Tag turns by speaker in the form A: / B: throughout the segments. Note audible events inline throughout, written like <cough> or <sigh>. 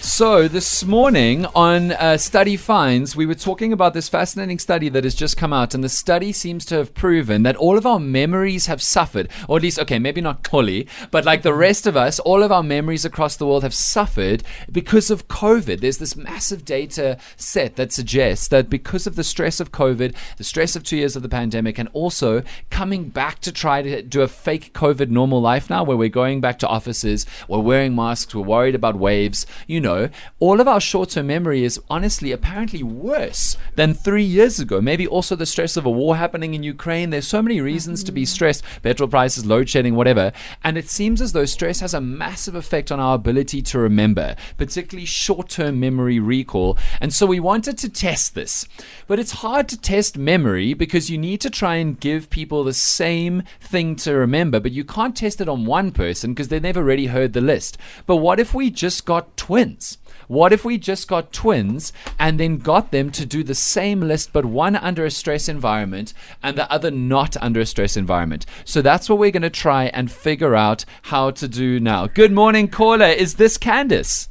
A: So, this morning on uh, Study Finds, we were talking about this fascinating study that has just come out, and the study seems to have proven that all of our memories have suffered, or at least, okay, maybe not Collie, but like the rest of us, all of our memories across the world have suffered because of COVID. There's this massive data set that suggests that because of the stress of COVID, the stress of two years of the pandemic, and also coming back to try to do a fake COVID normal life now, where we're going back to offices, we're wearing masks, we're worried about waves, you know, all of our short term memory is honestly apparently worse than three years ago. Maybe also the stress of a war happening in Ukraine. There's so many reasons to be stressed petrol prices, load shedding, whatever. And it seems as though stress has a massive effect on our ability to remember, particularly short term memory recall. And so we wanted to test this. But it's hard to test memory because you need to try and give people the same thing to remember, but you can't test it on one person because they never really heard the list. But what if we just got twins? What if we just got twins and then got them to do the same list, but one under a stress environment and the other not under a stress environment? So that's what we're going to try and figure out how to do now. Good morning, caller. Is this Candice?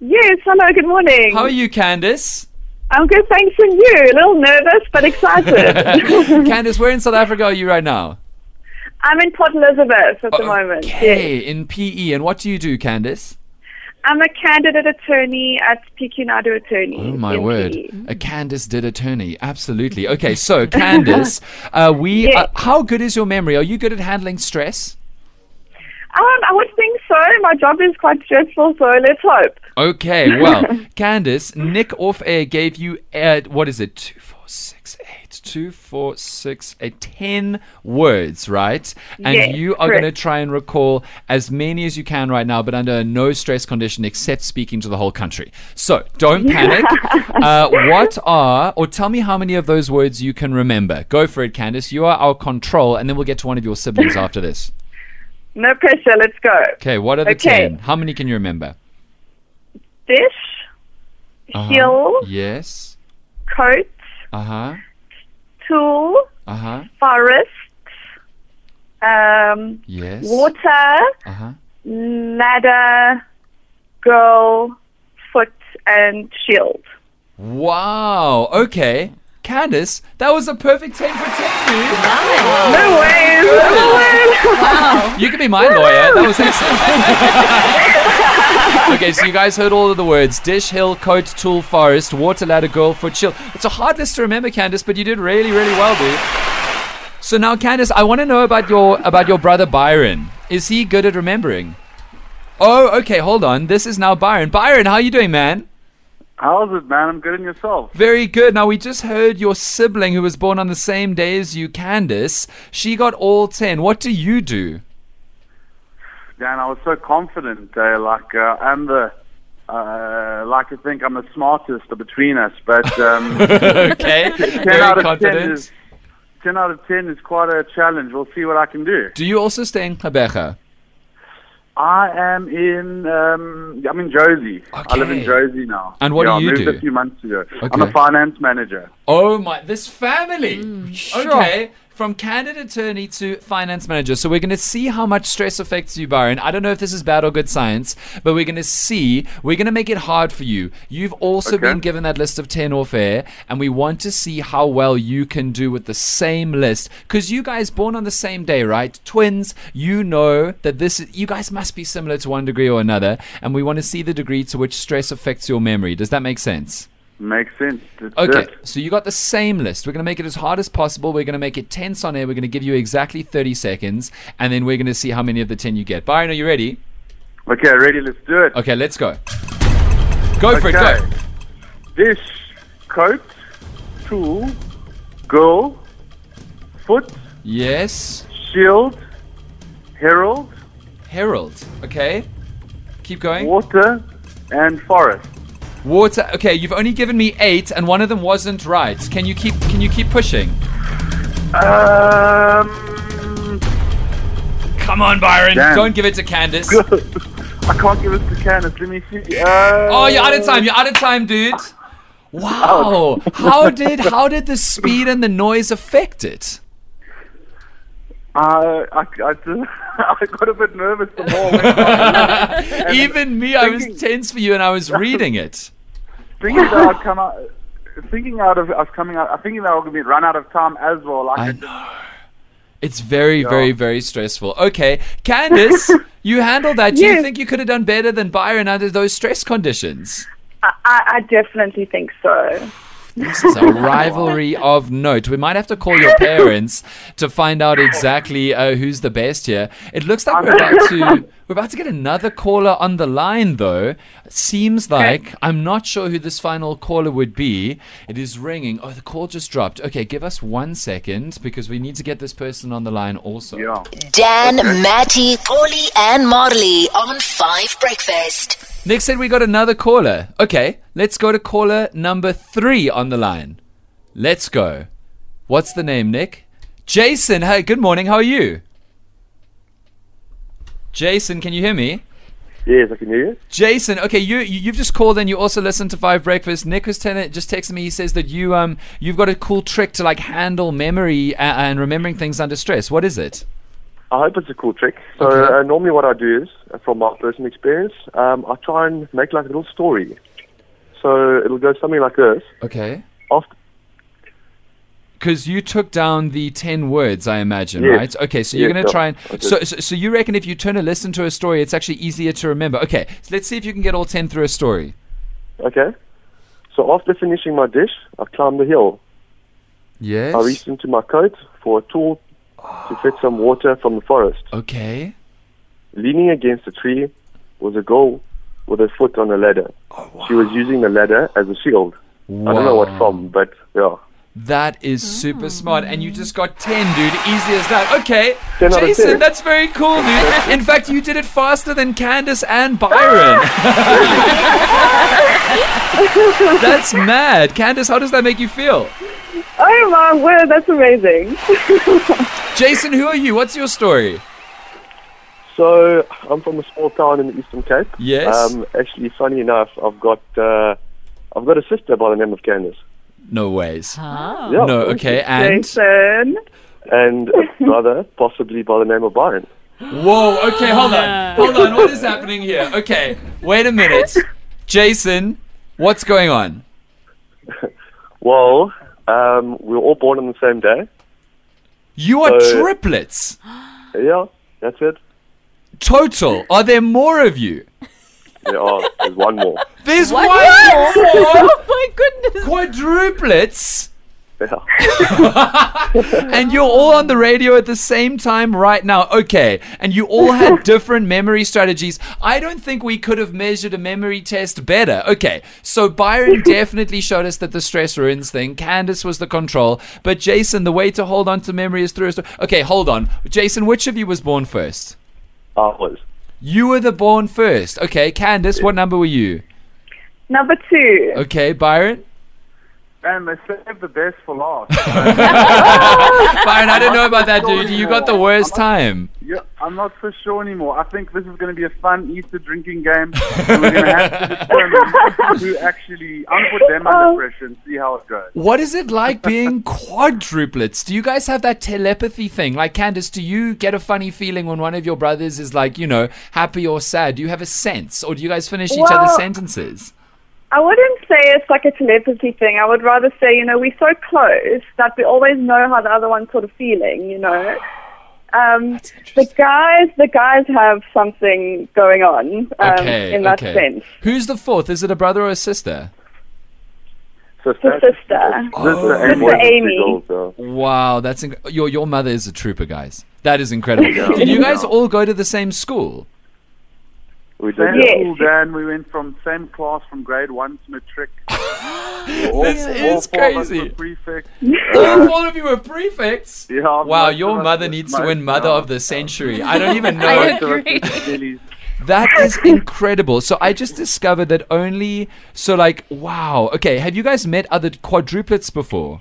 B: Yes, hello, good morning.
A: How are you, Candice?
B: I'm good, thanks, and you? A little nervous, but excited.
A: <laughs> Candice, where in South Africa are you right now?
B: I'm in Port Elizabeth at the moment. yes.
A: Oh, Okay, in PE. And what do you do, Candice?
B: I'm a candidate attorney at PQNADO Attorney.
A: Oh my word! A Candice did attorney, absolutely. Okay, so
B: <laughs>
A: Candice, uh, we
B: Yeah.
A: uh, how good is your memory? Are you good at handling stress?
B: Um, I would think so. My job is quite stressful, so let's hope. <laughs>
A: Okay, well, Candice, Nick off air gave you uh, what is it? Two, four, six, eight, two, four, six, eight, ten words, right? And
B: Yes,
A: you are
B: correct.
A: going to try and recall as many as you can right now, but under a no stress condition, except speaking to the whole country. So
B: <laughs>
A: don't panic. uh, what are, or tell me how many of those words you can remember? Go for it, Candice. You are our control, and then we'll get to one of your siblings after this.
B: No pressure, let's go.
A: Okay, what are the
B: Okay.
A: ten? How many can you remember?
B: Dish,
A: Uh-huh.
B: heel,
A: Yes.
B: coat,
A: Uh huh.
B: tool,
A: Uh huh.
B: forest, um,
A: Yes.
B: water,
A: Uh huh.
B: ladder, girl, foot, and shield.
A: Wow. Okay. Candice, that was a perfect 10 for 10.
B: No way! No way!
A: You You can be my lawyer. That was excellent. <laughs> okay, so you guys heard all of the words dish, hill, coat, tool, forest, water, ladder, girl, foot, chill. It's a hard list to remember, Candice, but you did really, really well, dude. So now, Candice, I want to know about your about your brother Byron. Is he good at remembering? Oh, okay. Hold on. This is now Byron. Byron, how you doing, man?
C: How's it, man? I'm good in yourself.
A: Very good. Now, we just heard your sibling who was born on the same day as you, Candice. She got all 10. What do you do?
C: Dan, I was so confident. Uh, like, uh, I'm the, uh, like I think I'm the smartest between us, but
A: <laughs>
C: um, 10
A: okay.
C: out
A: Very
C: of 10
A: confident.
C: is, 10 out of 10 is quite a challenge. We'll see what I can do.
A: Do you also stay in Kabecha?
C: I am in, um, I'm in Josie. I live
A: Okay.
C: in Josie now.
A: And what
C: yeah,
A: do
C: I
A: you
C: moved
A: do?
C: a few months ago. I'm
A: Okay.
C: a finance manager.
A: Oh my, this family. Okay. From candidate attorney to finance manager. So we're going to see how much stress affects you, Byron. I don't know if this is bad or good science, but we're going to see. We're going to make it hard for you. You've also
C: Okay.
A: been given that list of 10 off air, and we want to see how well you can do with the same list. Because you guys born on the same day, right? Twins, you know that this is, you guys must be similar to one degree or another, and we want to see the degree to which stress affects your memory. Does that make sense?
C: Makes sense. That's
A: Okay,
C: it.
A: so you got the same list. We're going to make it as hard as possible. We're going to make it tense on air. We're going to give you exactly 30 seconds, and then we're going to see how many of the 10 you get. Byron, are you ready?
C: Okay, ready? Let's do it.
A: Okay, let's go. Go for it, go.
C: Dish, coat, tool, girl, foot,
A: Yes.
C: shield, herald,
A: Herald. Okay. Keep going.
C: water, and forest.
A: Water. Okay, you've only given me 8 and one of them wasn't right. Can you keep can you keep pushing?
C: Um,
A: Come on, Byron.
C: Damn.
A: Don't give it to Candice.
C: I can't give it to Candace. Let me see. Uh,
A: Oh, you're out of time. You're out of time, dude. Wow. How did how did the speed and the noise affect it?
C: <laughs>
A: <laughs>
C: Uh, I, I, just, I got a bit nervous the more. I went on. And
A: Even me, I was
C: thinking-
A: tense for you, and I was reading it.
C: thinking that I'd come out, thinking out of I was coming out, I thinking that I was going to be run out of time as well. Like
A: I know. It's very, very, very stressful. Okay,
C: <laughs>
A: Candice, you handled that. Do you
B: Yes.
A: think you could have done better than Byron under those stress conditions?
B: I, I, I definitely think so.
A: This is a rivalry of note. We might have to call your parents to find out exactly uh, who's the best here. It looks like we're about to we're about to get another caller on the line, though. Seems like I'm not sure who this final caller would be. It is ringing. Oh, the call just dropped. Okay, give us one second because we need to get this person on the line also.
C: yeah.
D: Dan, Matty, Paulie, and Morley on Five Breakfast.
A: Nick said we got another caller. Okay, let's go to caller number three on the line. Let's go. What's the name, Nick? Jason. Hey, good morning. How are you? Jason, can you hear me?
E: Yes, I can hear you.
A: Jason, okay, you, you you've just called and you also listened to Five Breakfast. Nick was telling, just texted me. He says that you um you've got a cool trick to like handle memory and, and remembering things under stress. What is it?
E: I hope it's a cool trick. So
A: Okay.
E: uh, normally what I do is, uh, from my personal experience, um, I try and make like a little story. So it'll go something like this.
A: Okay.
E: After,
A: Because you took down the ten words, I imagine,
E: Yes.
A: right? Okay, so you're
E: Yes,
A: gonna
E: sir.
A: try and
E: I did.
A: so, so so you reckon if you turn a listen to a story, it's actually easier to remember. Okay, so let's see if you can get all ten through a story.
E: okay. So after finishing my dish, I climbed the hill.
A: Yes.
E: I reached into my coat for a tool to fetch some water from the forest.
A: Oh. okay.
E: Leaning against a tree was a girl with her foot on a ladder.
A: Oh,
E: She was using the ladder as a shield. I don't know what from, but yeah.
A: That is super smart, and you just got ten, dude. Easy as that. Okay,
E: 10 out of
A: Jason,
E: 10.
A: that's very cool, dude. In fact, you did it faster than Candace and Byron. <laughs> that's mad, Candace. How does that make you feel?
B: Oh my word, that's amazing.
A: Jason, who are you? What's your story?
E: So I'm from a small town in the Eastern Cape.
A: Yes.
E: Um, actually, funny enough, I've got uh, I've got a sister by the name of Candice.
A: No ways.
B: Oh.
E: Yeah.
A: No, okay, and
B: Jason.
E: And
B: <laughs>
E: a brother, possibly by the name of Byron.
A: whoa, okay, hold on, hold on, what is happening here? Okay, wait a minute, Jason, what's going on?
E: Well, um, we were all born on the same day.
A: You are
E: Uh,
A: triplets
E: Yeah, that's it.
A: total. Are there more of you?
E: There are there's one more.
A: There's one
F: <laughs> Oh
A: more
F: my goodness.
A: quadruplets,
E: Yeah.
A: and you're all on the radio at the same time right now. Okay, and you all had different memory strategies. I don't think we could have measured a memory test better. Okay, so Byron definitely showed us that the stress ruins thing. Candace was the control, but Jason, the way to hold on to memory is through. a sto- Okay, hold on, Jason. Which of you was born first?
E: I was
A: You were the born first. Okay, Candace, what number were you?
B: Number two.
A: Okay, Byron.
C: And they saved the best for last.
A: Byron, I don't know about that, dude. You got the worst time.
C: yeah, I'm not so sure anymore. I think this is going to be a fun Easter drinking game. and we're going to have to determine who actually. I'm going to put them under pressure and see how it goes.
A: What is it like being <laughs> quadruplets? Do you guys have that telepathy thing? Like, Candace, do you get a funny feeling when one of your brothers is like, you know, happy or sad? Do you have a sense? Or do you guys finish each other's
B: Well-
A: sentences?
B: I wouldn't say it's like a telepathy thing. I would rather say, you know, we're so close that we always know how the other one's sort of feeling, you know. Um, the guys, the guys have something going on um,
A: Okay.
B: in that
A: okay.
B: sense.
A: Who's the fourth? Is it a brother or a sister?
E: sister.
B: The sister.
E: Sister
A: Oh.
E: and
B: Sister
E: one of the
B: Amy.
E: girls, yeah.
A: Wow, that's inc- your your mother is a trooper, guys. That is incredible.
B: <laughs>
A: Did you guys all go to the same school?
E: We did.
C: Same
E: yeah.
C: school, Dan. We went from same class from grade one to matric. all,
A: This
C: all
A: is
C: four of us were
A: crazy.
C: Prefects.
A: all of you were prefects.
C: Yeah, most
A: Wow,
C: of
A: your
C: us
A: mother
C: were-
A: needs to
C: most-
A: win Mother
C: yeah.
A: of the Century. I don't
C: <laughs>
A: even know.
F: I
A: it.
C: Most of us
F: agree.
C: were sillies.
A: That is incredible. So I just discovered that only. So like, wow. Okay, have you guys met other quadruplets before?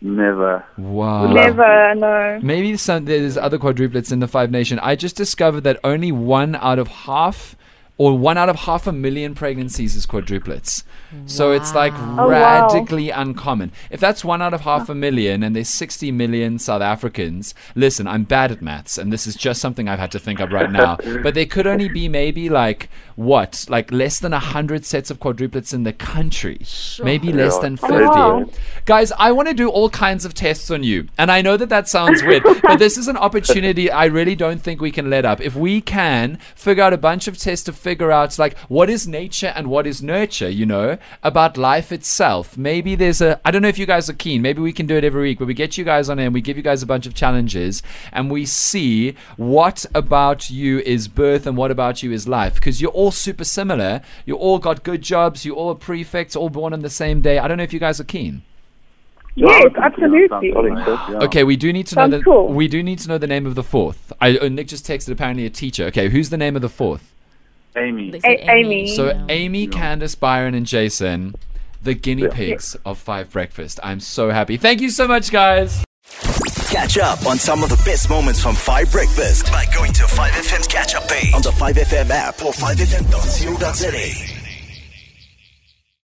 C: Never.
A: Wow.
B: Never, no.
A: Maybe some there's other quadruplets in the Five Nation. I just discovered that only one out of half or one out of half a million pregnancies is quadruplets. So it's like
B: wow.
A: radically uncommon. If that's one out of half a million and there's 60 million South Africans, listen, I'm bad at maths and this is just something I've had to think of right now. But there could only be maybe like what? Like less than 100 sets of quadruplets in the country. Maybe less
E: Yeah,
A: than
E: it's
A: 50.
E: crazy.
B: Wow.
A: Guys, I want to do all kinds of tests on you. And I know that that sounds weird, but this is an opportunity I really don't think we can let up. If we can figure out a bunch of tests to figure out, like, what is nature and what is nurture, you know, about life itself. Maybe there's a, I don't know if you guys are keen. Maybe we can do it every week, but we get you guys on air and we give you guys a bunch of challenges and we see what about you is birth and what about you is life. Because you're all super similar. You all got good jobs. You all are prefects, all born on the same day. I don't know if you guys are keen.
B: Yes, absolutely.
E: I think so. Yeah.
A: Okay, we do need to know
B: Oh. Sounds
A: the
B: cool.
A: we do need to know the name of the fourth. I oh, Nick just texted apparently a teacher. Okay, who's the name of the fourth?
C: Amy.
B: A- Amy.
A: So
F: Yeah.
A: Amy, Candace, Byron, and Jason, the guinea pigs of Five Breakfast. I'm so happy. Thank you so much, guys.
G: Catch up on some of the best moments from 5 Breakfast by going to 5FM's catch up page on the 5FM app or 5FM.co.za.